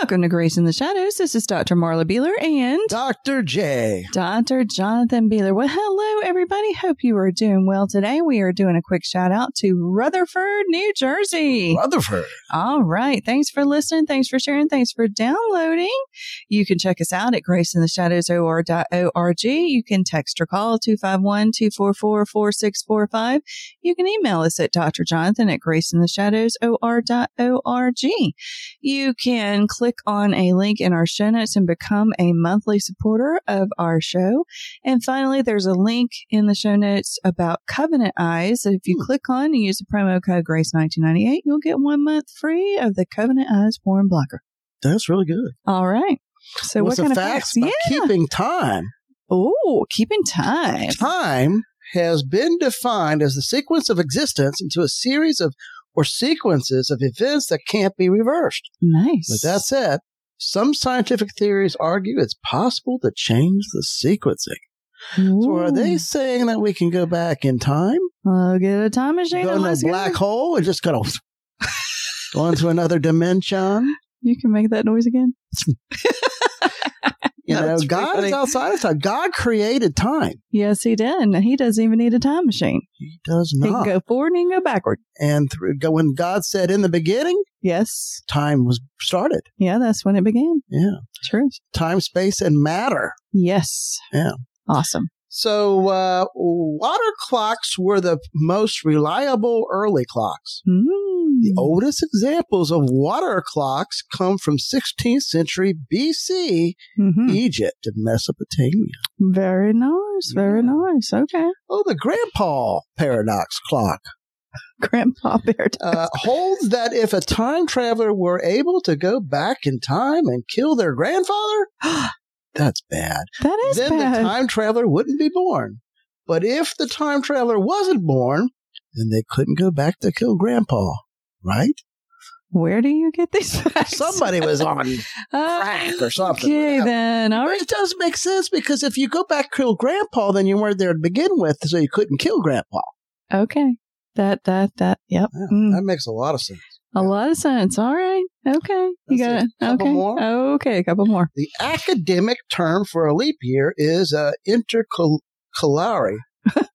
Welcome to Grace in the Shadows. This is Dr. Marla Beeler and Dr. J. Dr. Jonathan Beeler. Well, hello, everybody. Hope you are doing well today. We are doing a quick shout out to Rutherford, New Jersey. Rutherford. All right. Thanks for listening. Thanks for sharing. Thanks for downloading. You can check us out at graceintheshadowsor.org. You can text or call 251 244 4645. You can email us at drjonathan at graceintheshadowsor.org. You can click on a link in our show notes and become a monthly supporter of our show. And finally, there's a link in the show notes about Covenant Eyes. So if you Hmm. click on and use the promo code GRACE1998, you'll get one month free of the Covenant Eyes porn blocker. That's really good. All right. So What's what kind a of fact facts? about Yeah. keeping time? Oh, keeping time. Time has been defined as the sequence of existence into a series of or sequences of events that can't be reversed. Nice. With that said, some scientific theories argue it's possible to change the sequencing. So are they Ooh. saying that we can go back in time, I'll get a time machine. go and in a let's go. black hole, and just kind of go into another dimension? You can make that noise again. You That's know, really God funny. is outside of time. God created time. Yes, he did. And he doesn't even need a time machine. He does He can not. go forward and he can go backward. and through, go- when God said in the beginning, Yes. time was started. Yeah, that's when it began. Yeah. True. Time, space, and matter. Yes. Yeah. Awesome. So, uh, water clocks were the most reliable early clocks. Mm. The oldest examples of water clocks come from 16th century BC, Mhm. Egypt, and Mesopotamia. Very nice. Very Yeah. nice. Okay. Oh, the grandpa paradox clock. Grandpa Bear. uh, holds that if a time traveler were able to go back in time and kill their grandfather, that's bad. that is then the bad. time traveler wouldn't be born. But if the time traveler wasn't born, then they couldn't go back to kill grandpa, right? Where do you get these facts? Somebody was on Uh, crack or something. Okay, whatever. then. All But right. It does make sense because if you go back kill grandpa, then you weren't there to begin with, so you couldn't kill grandpa. Okay. That, that, that. Yep. Yeah, Mm. That makes a lot of sense. A lot of sense. All right. Okay. You got That's it. it. Couple okay. more? Okay. A couple more. The academic term for a leap year is uh, intercalary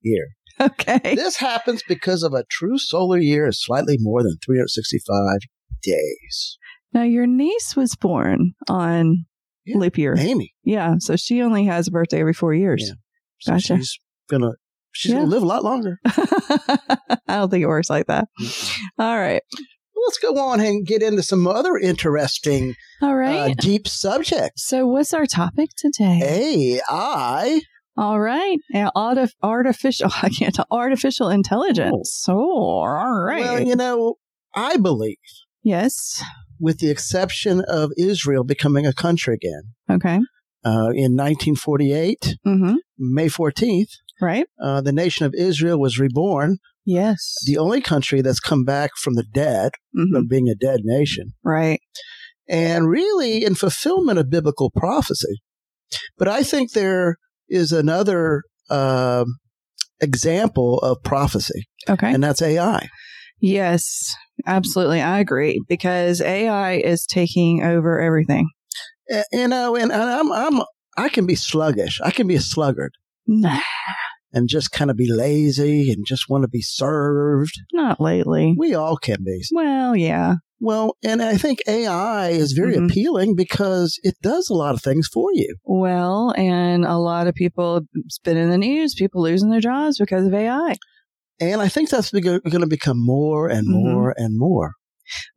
year. Okay. This happens because of a true solar year is slightly more than 365 days. Now, your niece was born on Yeah. leap year. Amy, Yeah. So she only has a birthday every four years. so Gotcha. she's gonna she's Yeah. gonna live a lot longer. I don't think it works like that. All right. Well, let's go on and get into some other interesting All uh, right. deep subjects. so, what's our topic today? eh? AI. All right. Now, arti- artificial, I can't, talk- artificial intelligence. Oh, all right. Well, you know, I believe, yes. with the exception of Israel becoming a country again Okay. uh, in 1948, Mm-hmm. May 14th. Right. uh, the nation of Israel was reborn, Yes. the only country that's come back from the dead, Mhm. from being a dead nation, Right. and really in fulfillment of biblical prophecy. But I think there is another um, example of prophecy, Okay. and that's AI. Yes, absolutely. I agree because AI is taking over everything. Uh, you know, and, and I'm, I'm, I can be sluggish. I can be a sluggard Nah, and just kind of be lazy and just want to be served. not lately. We all can be. Well, yeah. Well, and I think AI is very Mhm. appealing because it does a lot of things for you. Well, and a lot of people, it's been in the news, people losing their jobs because of AI. And I think that's going to become more and Mhm. more and more.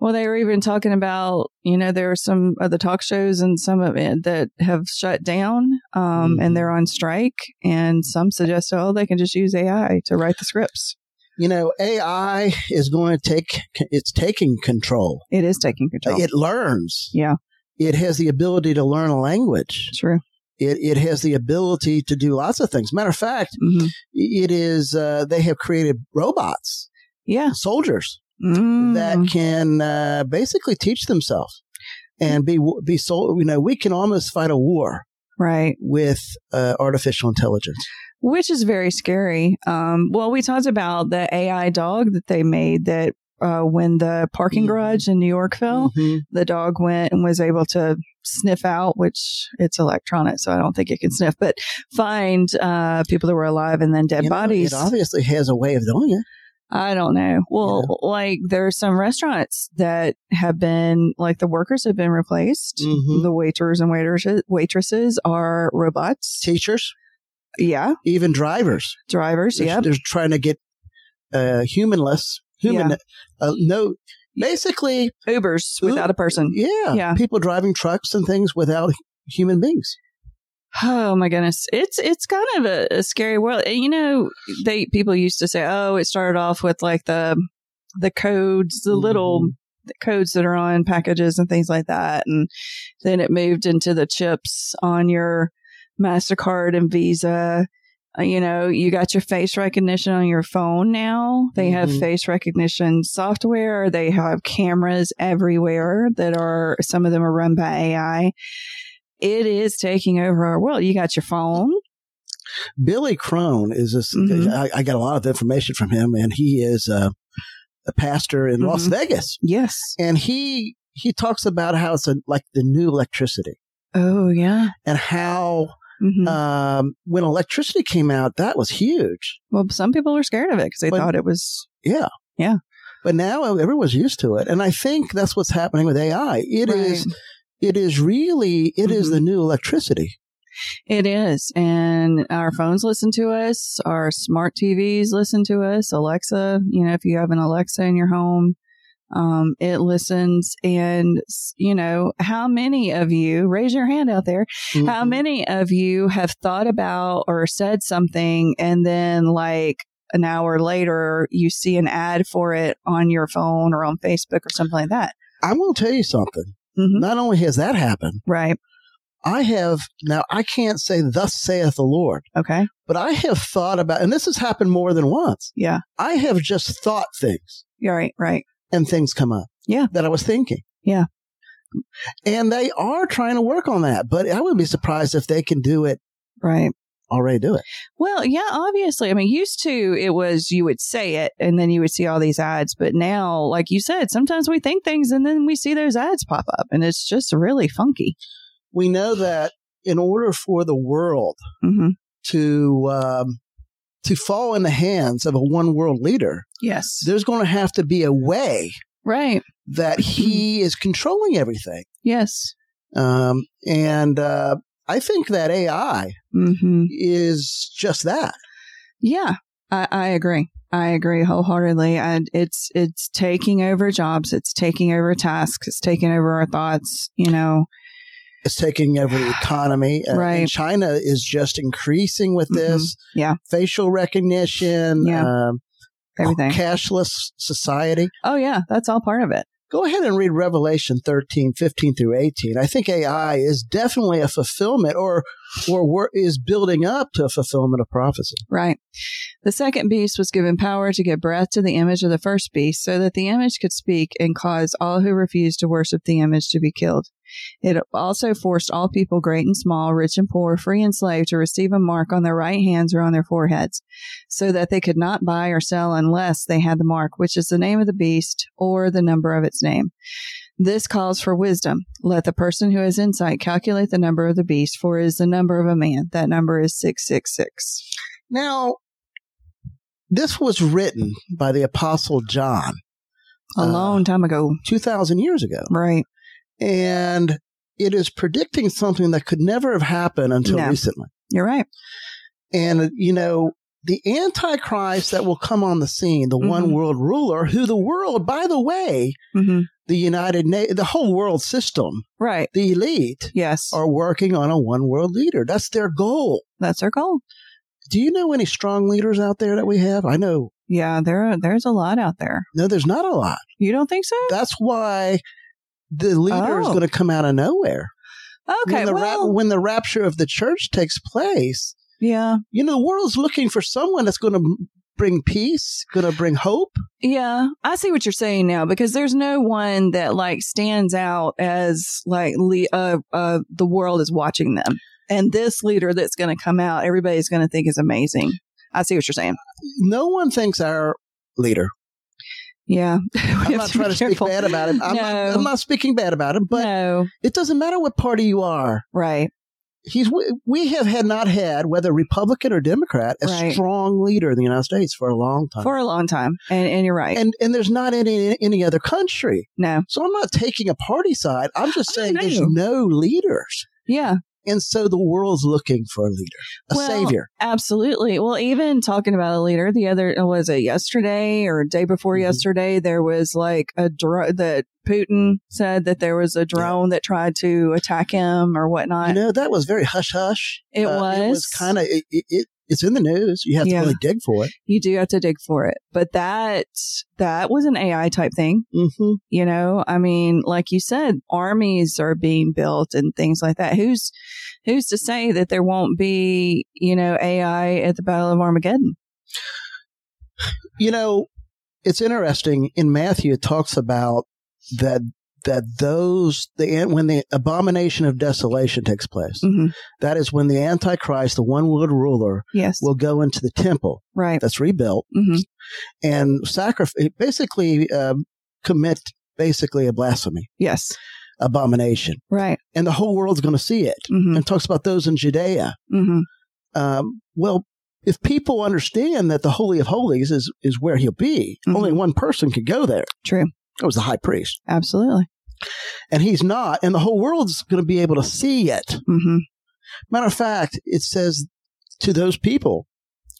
Well, they were even talking about, you know, there are some of the talk shows and some of it that have shut down um, Mhm. and they're on strike. And some suggest, oh, they can just use AI to write the scripts. you know, AI is going to take, it's taking control. It is taking control. It learns. yeah, It has the ability to learn a language. true. It, it has the ability to do lots of things. Matter of fact, hmm it is, uh, they have created robots, Yeah. soldiers Mm. that can, uh, basically teach themselves and be, be so, you know, we can almost fight a war right. with, uh, artificial intelligence. which is very scary. Um, well, we talked about the AI dog that they made that uh, when the parking Mhm. garage in New York fell, Mhm. the dog went and was able to sniff out, which it's electronic, so I don't think it can sniff, but find uh, people that were alive and then dead You know, bodies. it obviously has a way of doing it. I don't know. Well, like there are some restaurants that have been like the workers have been replaced. Mm-hmm. The waiters and waitresses waitresses are robots. Teachers, Yeah, even drivers, drivers. they're, Yeah, they're trying to get uh, humanless, human, Yeah. uh, no, basically, Ubers without a person. yeah, Yeah. people driving trucks and things without human beings. Oh my goodness, it's it's kind of a, a scary world. And, You know, they people used to say, "Oh, it started off with like the the codes, the little codes that are on packages and things like that, and then it moved into the chips on your Mastercard and Visa." Uh, You know, you got your face recognition on your phone now. They have Mhm. face recognition software. They have cameras everywhere that are, some of them are run by AI it is taking over our world. You got your phone. Billy Crone is this. Mhm. I, I got a lot of information from him, and he is uh, a pastor in Mm-hmm. Las Vegas, Yes. and he he talks about how it's a, like the new electricity Oh yeah. and how hmm um, when electricity came out, that was huge. well, some people are scared of it because they but- thought it was. Yeah. Yeah. But now everyone's used to it. And I think that's what's happening with AI. It is. Right. it is really it is Mhm. the new electricity. It is, and our phones listen to us. Our smart TVs listen to us. Alexa, you know, if you have an Alexa in your home, um, it listens. And s- you know, how many of you raise your hand out there? Mm-hmm. How many of you have thought about or said something and then like an hour later you see an ad for it on your phone or on Facebook or something like that? I'm gonna tell you something. hmm Not only has that happened, Right. I have now I can't say thus saith the Lord, Okay. but I have thought about and this has happened more than once. Yeah. I have just thought things You're right. Right. and things come up. Yeah. That I was thinking. Yeah. And they are trying to work on that, but I wouldn't be surprised if they can do it Right. already do it. Well, yeah, obviously. I mean, used to it was you would say it and then you would see all these ads. But now, like you said, sometimes we think things and then we see those ads pop up and it's just really funky. We know that in order for the world hmm to um, to fall in the hands of a one world leader, Yes. there's going to have to be a way Right. that he is controlling everything. Yes. Um, and uh, I think that AI hmm is just that. Yeah, I, I agree. I agree wholeheartedly. And it's it's taking over jobs. It's taking over tasks. It's taking over our thoughts. You know, It's taking over the economy. Uh, and Right. Mm-hmm. China is just increasing with this. Yeah. Facial recognition. Yeah. Um, everything. Cashless society. Oh yeah, that's all part of it. Go ahead and read Revelation 13, 15 through 18. I think AI is definitely a fulfillment or or wor- is building up to a fulfillment of prophecy. Right. The second beast was given power to give breath to the image of the first beast, so that the image could speak and cause all who refused to worship the image to be killed. It also forced all people, great and small, rich and poor, free and slave, to receive a mark on their right hands or on their foreheads, so that they could not buy or sell unless they had the mark, which is the name of the beast or the number of its name. This calls for wisdom. Let the person who has insight calculate the number of the beast, for it is the number of a man. That number is 666. Now, this was written by the Apostle John a Uh, long time ago. 2,000 years ago, Right. and it is predicting something that could never have happened until No. recently. You're right. And, you know, the Antichrist that will come on the scene, the Mhm. one world ruler, who the world, by the way, hmm the United Na- the whole world system, Right. the elite, Yes. are working on a one world leader. That's their goal. That's our goal. Do you know any strong leaders out there that we have? I know, Yeah, there are, there's a lot out there. no, there's not a lot. You don't think so? That's why the leader is Oh. going to come out of nowhere. Okay, when the, rap- well, when the rapture of the church takes place, yeah, you know, the world's looking for someone that's going to bring peace, going to bring hope. yeah. I see what you're saying now because there's no one that like stands out as like le- uh, uh, the world is watching them, and this leader that's going to come out, everybody's going to think is amazing. I see what you're saying. No one thinks our leader. Yeah, We I'm have not be trying to speak careful. bad about him. I'm, No. not, I'm not speaking bad about him, but no, it doesn't matter what party you are. right? He's we- we have had not had whether Republican or Democrat a Right. strong leader in the United States for a long time, For a long time, and and you're right. Uh. and and there's not any any other country. no, So I'm not taking a party side. I'm just Oh, saying there's no. no leaders, yeah, and so the world's looking for a leader, a Well, savior. Absolutely. Well, even talking about a leader, the other uh, was it yesterday or day before Mhm. yesterday, there was like a drone that Putin said that there was a drone that tried to attack him or whatnot. you know that was very hush hush. It It was. was kind of it, it, it. It's in the news. You have Yeah. to really dig for it. you do have to dig for it, but that that was an AI type thing. Mm-hmm. You know, I mean, like you said, armies are being built and things like that. Who's who's to say that there won't be you know AI at the Battle of Armageddon? You know, it's interesting. In Matthew, it talks about that that those the an- when the abomination of desolation takes place. hmm That is when the antichrist, the one world ruler, Yes, will go into the temple right. that's rebuilt hmm and sacrifice, basically um, commit basically a blasphemy, Yes, abomination, right. and the whole world's going to see it. hmm And it talks about those in Judea. hmm um, well, if people understand that the Holy of Holies is, is where he'll be, Mhm. only one person could go there. True. It was the high priest. Absolutely. And he's not, and the whole world's going to be able to see it. hmm Matter of fact, it says to those people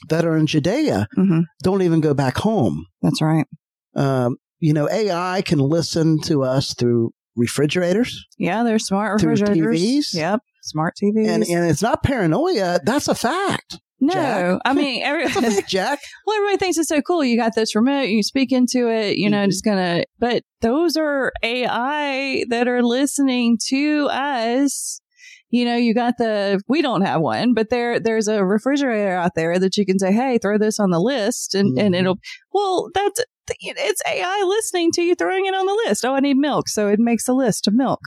that are in Judea, hmm don't even go back home. That's right. Um, you know, AI can listen to us through refrigerators, Yeah, they're smart Through refrigerators. TVs? Yep, smart TVs. and, and it's not paranoia. That's a fact. no, Jack. I mean, every, That's a fact, Jack. well, everybody thinks it's so cool. You got this remote, you speak into it, you know, Mhm. it's gonna. But those are AI that are listening to us. You know, you got the. We don't have one, but there, there's a refrigerator out there that you can say, "Hey, throw this on the list," and and Mhm. it'll. Well, that's it's AI listening to you throwing it on the list. Oh, I need milk, so it makes a list of milk.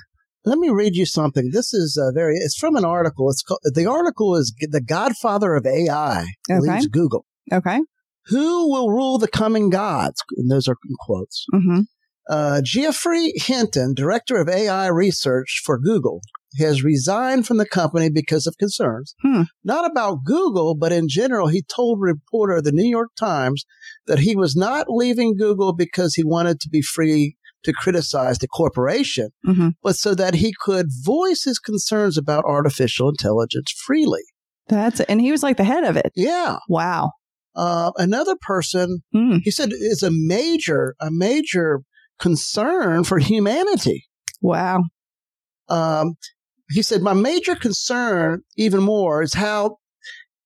Let me read you something. This is a very, it's from an article. It's called, the article is The Godfather of AI Okay. Leaves Google. Okay. Who will rule the coming gods? And those are in quotes. Mm-hmm. Uh, Geoffrey Hinton, director of AI research for Google, has resigned from the company because of concerns. Hmm. Not about Google, but in general, he told a reporter of the New York Times that he was not leaving Google because he wanted to be free to criticize the corporation Mm-hmm. but so that he could voice his concerns about artificial intelligence freely. That's and he was like the head of it. Yeah. Wow. Uh, another person, Hmm. he said, is a major, a major concern for humanity. Wow. Um, he said, my major concern, even more, is how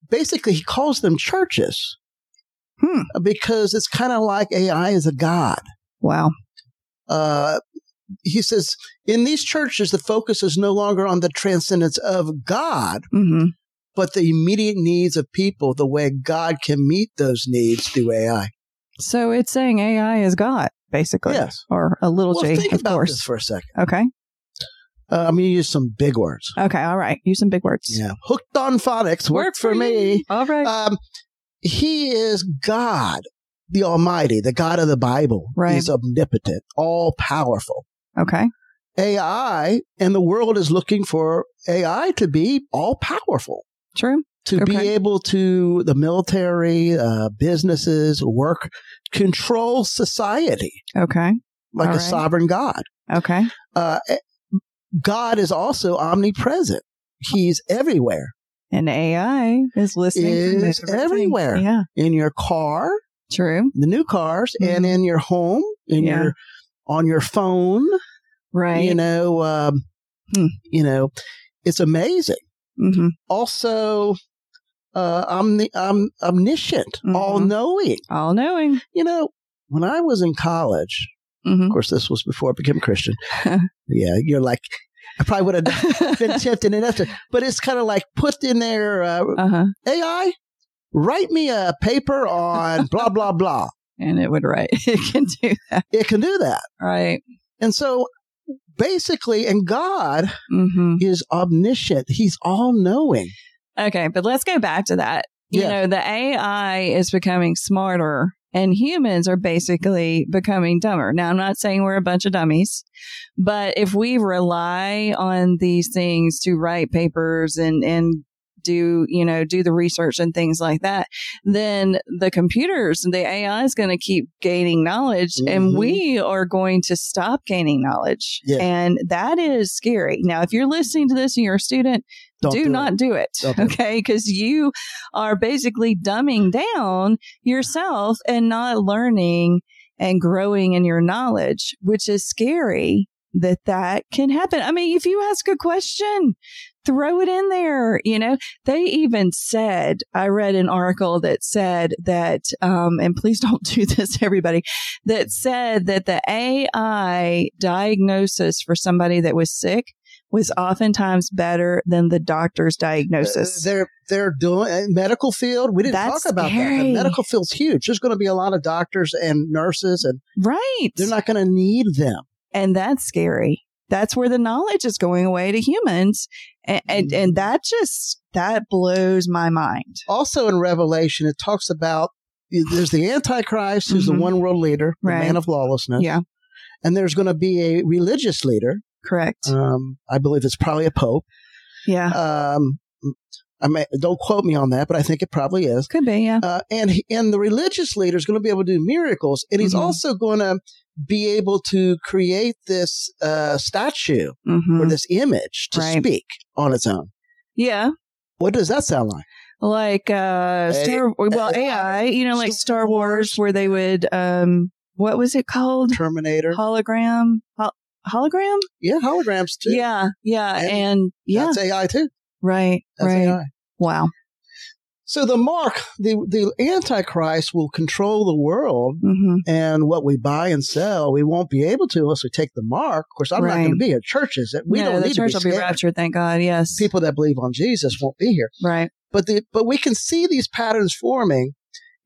basically he calls them churches uh, Hmm. because it's kind of like AI is a god. Wow. Uh, he says, in these churches, the focus is no longer on the transcendence of God, Mm-hmm. but the immediate needs of people, the way God can meet those needs through AI. So it's saying AI is God, basically. Yes. Or a little Well, J, think of about course. this for a second. Okay. Uh, I'm going to use some big words. Okay. All right. Use some big words. Yeah. Hooked on phonics worked for me. All right. Um, he is God, the Almighty, the God of the Bible. Right. He's omnipotent, all powerful. okay. AI and the world is looking for AI to be all powerful, True. to be Okay. able to the military, uh, businesses, work, control society. Okay. like All a right. sovereign God. Okay. Uh, God is also omnipresent. He's everywhere And AI is listening. to Is everything. everywhere. Yeah. in your car, True. the new cars, and in your home, in Mm-hmm. Yeah. your on your phone. Right. You know, um, Hmm. you know, it's amazing. mm-hmm. Also, uh, omni- om- omniscient, Mhm. all knowing. All knowing. You know, when I was in college, hmm of course, this was before I became Christian. yeah, you're like, I probably would have been tempted enough to, but it's kind of like put in there, uh, uh-huh. AI, write me a paper on blah, blah, blah. And it would write. It can do that. It can do that. Right. And so basically, and God hmm is omniscient, He's all knowing. Okay, but let's go back to that. You Yeah. know, the AI is becoming smarter and humans are basically becoming dumber. Now, I'm not saying we're a bunch of dummies, but if we rely on these things to write papers and, and, do you know do the research and things like that then the computers the ai is going to keep gaining knowledge and Mhm. we are going to stop gaining knowledge Yeah. and that is scary now if you're listening to this and you're a student Don't do, do it. Uh, not do it. Don't do it. okay. Because you are basically dumbing down yourself and not learning and growing in your knowledge, which is scary that that can happen. I mean, if you ask a question, throw it in there. You know, they even said, I read an article that said that, um, and please don't do this, everybody, that said that the AI diagnosis for somebody that was sick was oftentimes better than the doctor's diagnosis. Uh, They're they're doing uh, medical field. We didn't That's talk about that. scary. The medical field's huge. There's going to be a lot of doctors and nurses, and right. they're not going to need them. and that's scary. That's where the knowledge is going away to humans. And, Mm-hmm. and, and that just, that blows my mind. Also, in Revelation, it talks about there's the Antichrist, who's Mhm. the one world leader, the Right. man of lawlessness, Yeah. and there's going to be a religious leader. Correct. Um, I believe it's probably a pope. yeah. Um, I may, don't quote me on that, but I think it probably is. Could be. Yeah. uh, and he- and the religious leader is going to be able to do miracles, and he's Mhm. also going to be able to create this uh, statue hmm or this image to Right. speak on its own. Yeah. What does that sound like? Like, uh, A- Star, well, A- AI, you know, like Eh, Star Star Wars, Wars. where they would, um, what was it called? Terminator. Hologram? Hol- hologram? yeah, holograms too. Yeah. Yeah. And And yeah. that's AI too. Right. That's right. AI. Wow. So the mark, the the Antichrist will control the world. Mm-hmm. And what we buy and sell, we won't be able to unless we take the mark. Of course, I'm not Right. going to be at churches. We no, don't the need church to be, will be scared. raptured. Thank God. Yes. People that believe on Jesus won't be here. right. but the but we can see these patterns forming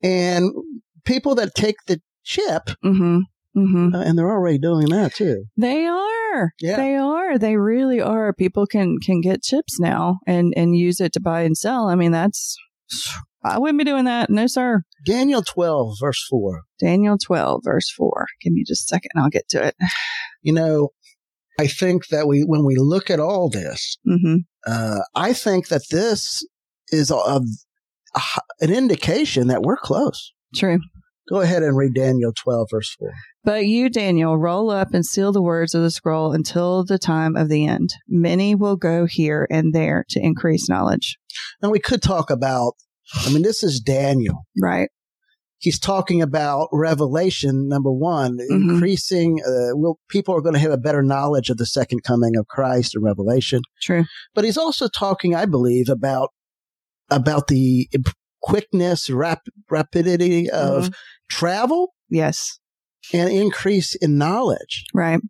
and people that take the chip Mm-hmm. Mm-hmm. uh, and they're already doing that too They are. Yeah. They are. They really are. People can can get chips now and and use it to buy and sell. I mean, that's I wouldn't be doing that. No, sir. daniel 12 verse 4 Daniel 12 verse 4. Give me just a second. I'll get to it. you know i think that we when we look at all this Mhm. uh, i think that this is a, a, an indication that we're close True. go ahead and read daniel 12 verse 4 But you, Daniel, roll up and seal the words of the scroll until the time of the end. Many will go here and there to increase knowledge. and we could talk about i mean this is daniel Right. he's talking about revelation number one Mhm. increasing uh, will people are going to have a better knowledge of the second coming of christ in revelation True. but he's also talking i believe about about the imp- quickness rap, rapidity of Mhm. travel Yes. and increase in knowledge Right.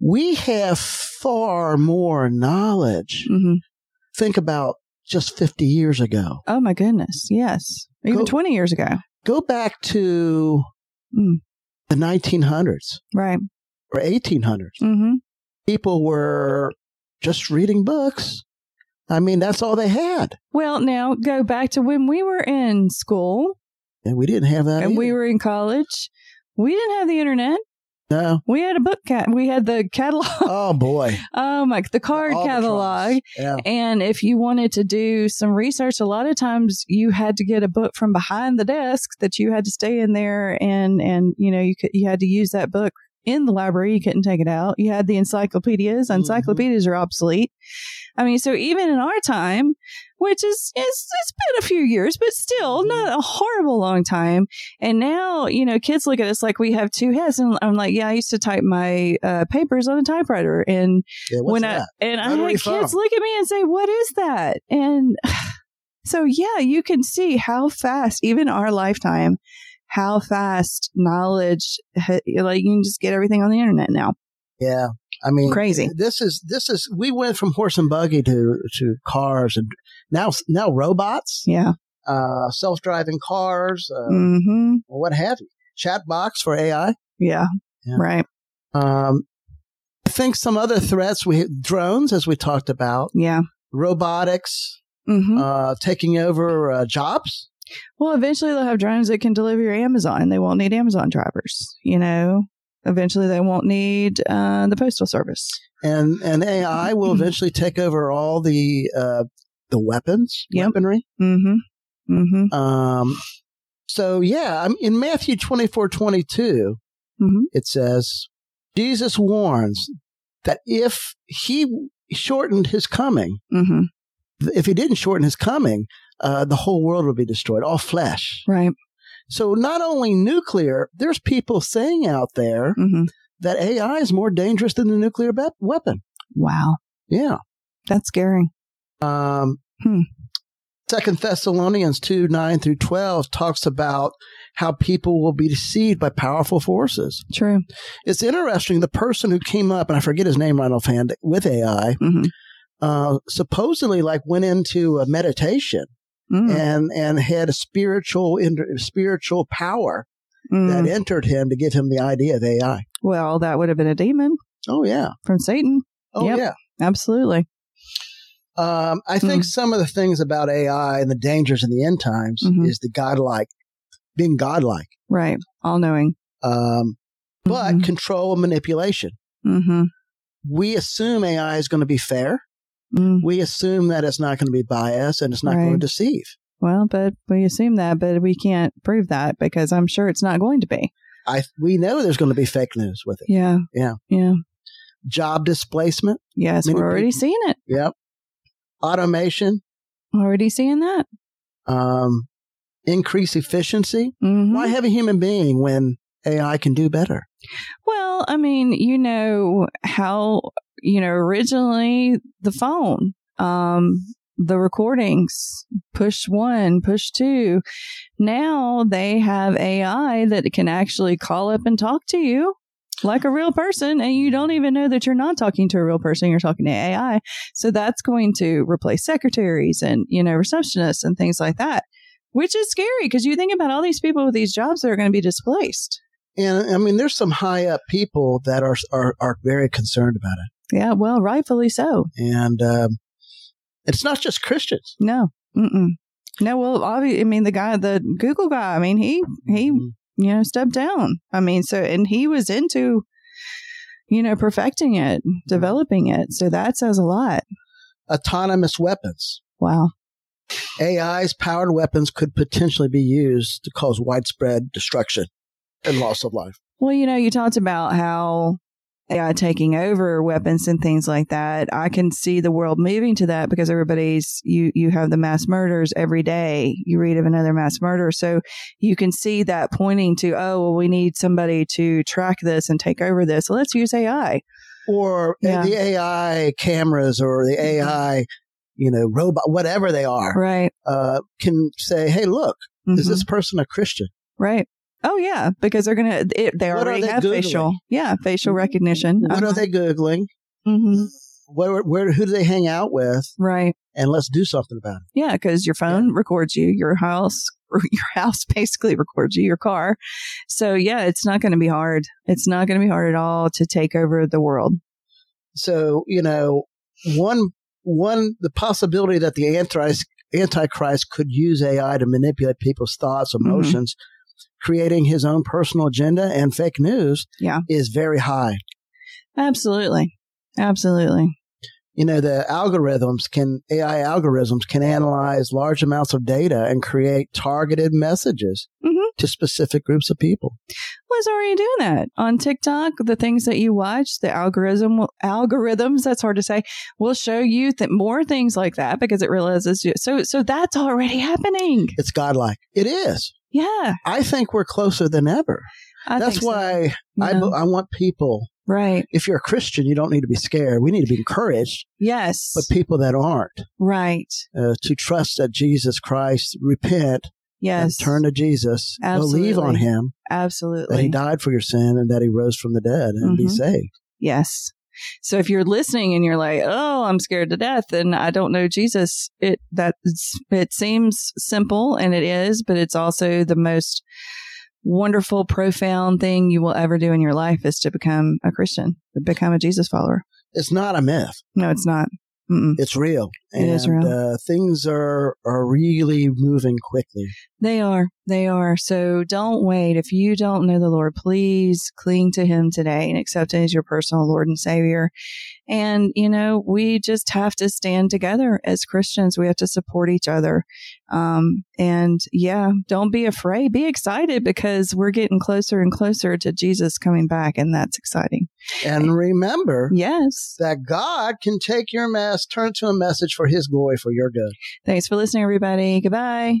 we have far more knowledge hmm think about just 50 years ago Oh my goodness. Yes. Even Go- 20 years ago. go back to Mm. the 1900s Right. or 1800s Mm-hmm. people were just reading books. I mean, that's all they had. Well, now go back to when we were in school And we didn't have that. and we either. were in college. We didn't have the internet. no. We had a book cat. We had the catalog. Oh boy. Oh my, the card Albatross. catalog. Yeah. And if you wanted to do some research, a lot of times you had to get a book from behind the desk that you had to stay in there and and you know you could you had to use that book in the library. You couldn't take it out. You had the encyclopedias. Encyclopedias are obsolete. I mean, so even in our time, which is it's, it's been a few years, but still not a horrible long time. And now you know kids look at us like we have two heads, and I'm like, yeah, I used to type my uh, papers on a typewriter and Yeah, what's when that? I and I Rotary had phone. kids look at me and say, "What is that?" And So, yeah, you can see how fast, even our lifetime, how fast knowledge, ha- like you can just get everything on the internet now. Yeah. I mean, Crazy. This is this is we went from horse and buggy to to cars and now now robots, Yeah. uh, self driving cars, uh, hmm what have you, chat box for AI. yeah. Yeah. Right. Um, I think some other threats we drones, as we talked about, Yeah. robotics hmm uh, taking over uh, jobs. Well, eventually they'll have drones that can deliver your Amazon. They won't need Amazon drivers. You know, eventually they won't need uh, the postal service. and and AI will eventually take over all the uh, the weapons Yep. weaponry. Mm-hmm. Mm-hmm. Um, so yeah, I'm in Matthew twenty four twenty two. Mhm. It says Jesus warns that if he shortened his coming, Mm-hmm. if he didn't shorten his coming, uh, the whole world would be destroyed, all flesh. Right. So not only nuclear, there's people saying out there Mm-hmm. that AI is more dangerous than the nuclear be- weapon. Wow. Yeah. That's scary. Um, Hmm. Second Thessalonians two nine through twelve talks about how people will be deceived by powerful forces. True. It's interesting. The person who came up and I forget his name right offhand with AI Mm-hmm. uh, supposedly like went into a meditation Mm. and and had a spiritual inter- spiritual power Mm. that entered him to give him the idea of AI. Well, that would have been a demon Oh yeah. from Satan. Oh Yep. yeah. Absolutely. Um, I Hmm. think some of the things about AI and the dangers in the end times Mhm. is the godlike, being godlike, Right. All knowing. um, but Mhm. control and manipulation. Mm-hmm. We assume AI is going to be fair. Mm. We assume that it's not going to be biased and it's not going Right. to deceive. Well, but we assume that, but we can't prove that because I'm sure it's not going to be. I we know there's going to be fake news with it. Yeah. Yeah. Yeah. Job displacement. Yes, Many we're already seeing it. Yep. Automation. Already seeing that. Um, increase efficiency. Mm-hmm. Why have a human being when AI can do better? Well, I mean, you know how you know originally the phone, um, the recordings, push one, push two. Now they have AI that can actually call up and talk to you like a real person, and you don't even know that you're not talking to a real person. You're talking to AI. So that's going to replace secretaries and you know receptionists and things like that. Which is scary because you think about all these people with these jobs that are going to be displaced. And I mean, there's some high up people that are are, are very concerned about Yeah, well, rightfully so. it, and um, it's not just Christians. No. Mm-mm. No, well, obvi- I mean, the guy, the Google guy, I mean, he, he, you know, stepped down. I mean, so, and he was into, you know, perfecting it, developing it. So that says a lot. Autonomous weapons, Wow. AI's powered weapons could potentially be used to cause widespread destruction and loss of life. Well, you know, you talked about how AI taking over weapons and things like that. I can see the world moving to that because everybody's you you have the mass murders every day. You read of another mass murder, so you can see that pointing to oh well, we need somebody to track this and take over this. So let's use AI. Or Yeah. Mm-hmm. the AI cameras or the AI, you know, robot, whatever they are, Right. uh, can say, "Hey, look, is Mhm. this person a Christian?" right? Oh yeah, because they're gonna it, they What are already they have Googling? Mm-hmm. facial yeah facial recognition. What Uh-huh. are they googling? Mhm. Where, where, who do they hang out with? Right. And let's do something about it. Yeah, because your phone records you, your house, your house basically records you, your car. So yeah, it's not going to be hard. It's not going to be hard at all to take over the world. So you know, one one the possibility that the antichrist antichrist could use AI to manipulate people's thoughts, Mm-hmm. emotions, creating his own personal agenda and fake news Yeah. is very high. Absolutely, absolutely. You know, the algorithms can AI algorithms can analyze large amounts of data and create targeted messages Mhm. to specific groups of people. Well, it's already doing that on TikTok. The things that you watch, the algorithm will- algorithms. That's hard to say. Will show you that more things like that because it realizes you. So so that's already happening. It's godlike. It is. Yeah. I think we're closer than ever. I That's think so. why I, Yeah. be- I want people. right. If you're a Christian, you don't need to be scared. We need to be encouraged, Yes. but people that aren't right. uh, to trust that Jesus Christ, repent, Yes. and turn to Jesus, believe on Absolutely. Him Absolutely. that He died for your sin and that He rose from the dead, and be Mhm. saved. Yes. So if you're listening and you're like, "Oh, I'm scared to death and I don't know Jesus," it that it seems simple and it is, but it's also the most wonderful, profound thing you will ever do in your life is to become a Christian, to become a Jesus follower. It's not a myth. No, it's not. Mm-mm. It's real. It is And, real. Uh, things are are really moving quickly. They are. They are. So don't wait. If you don't know the Lord, please cling to Him today and accept Him as your personal Lord and Savior. And, you know, we just have to stand together as Christians. We have to support each other. Um, and yeah, don't be afraid. Be excited because we're getting closer and closer to Jesus coming back. And that's exciting. And remember Yes. that God can take your mess, turn it to a message for His glory, for your good. Thanks for listening, everybody. Goodbye.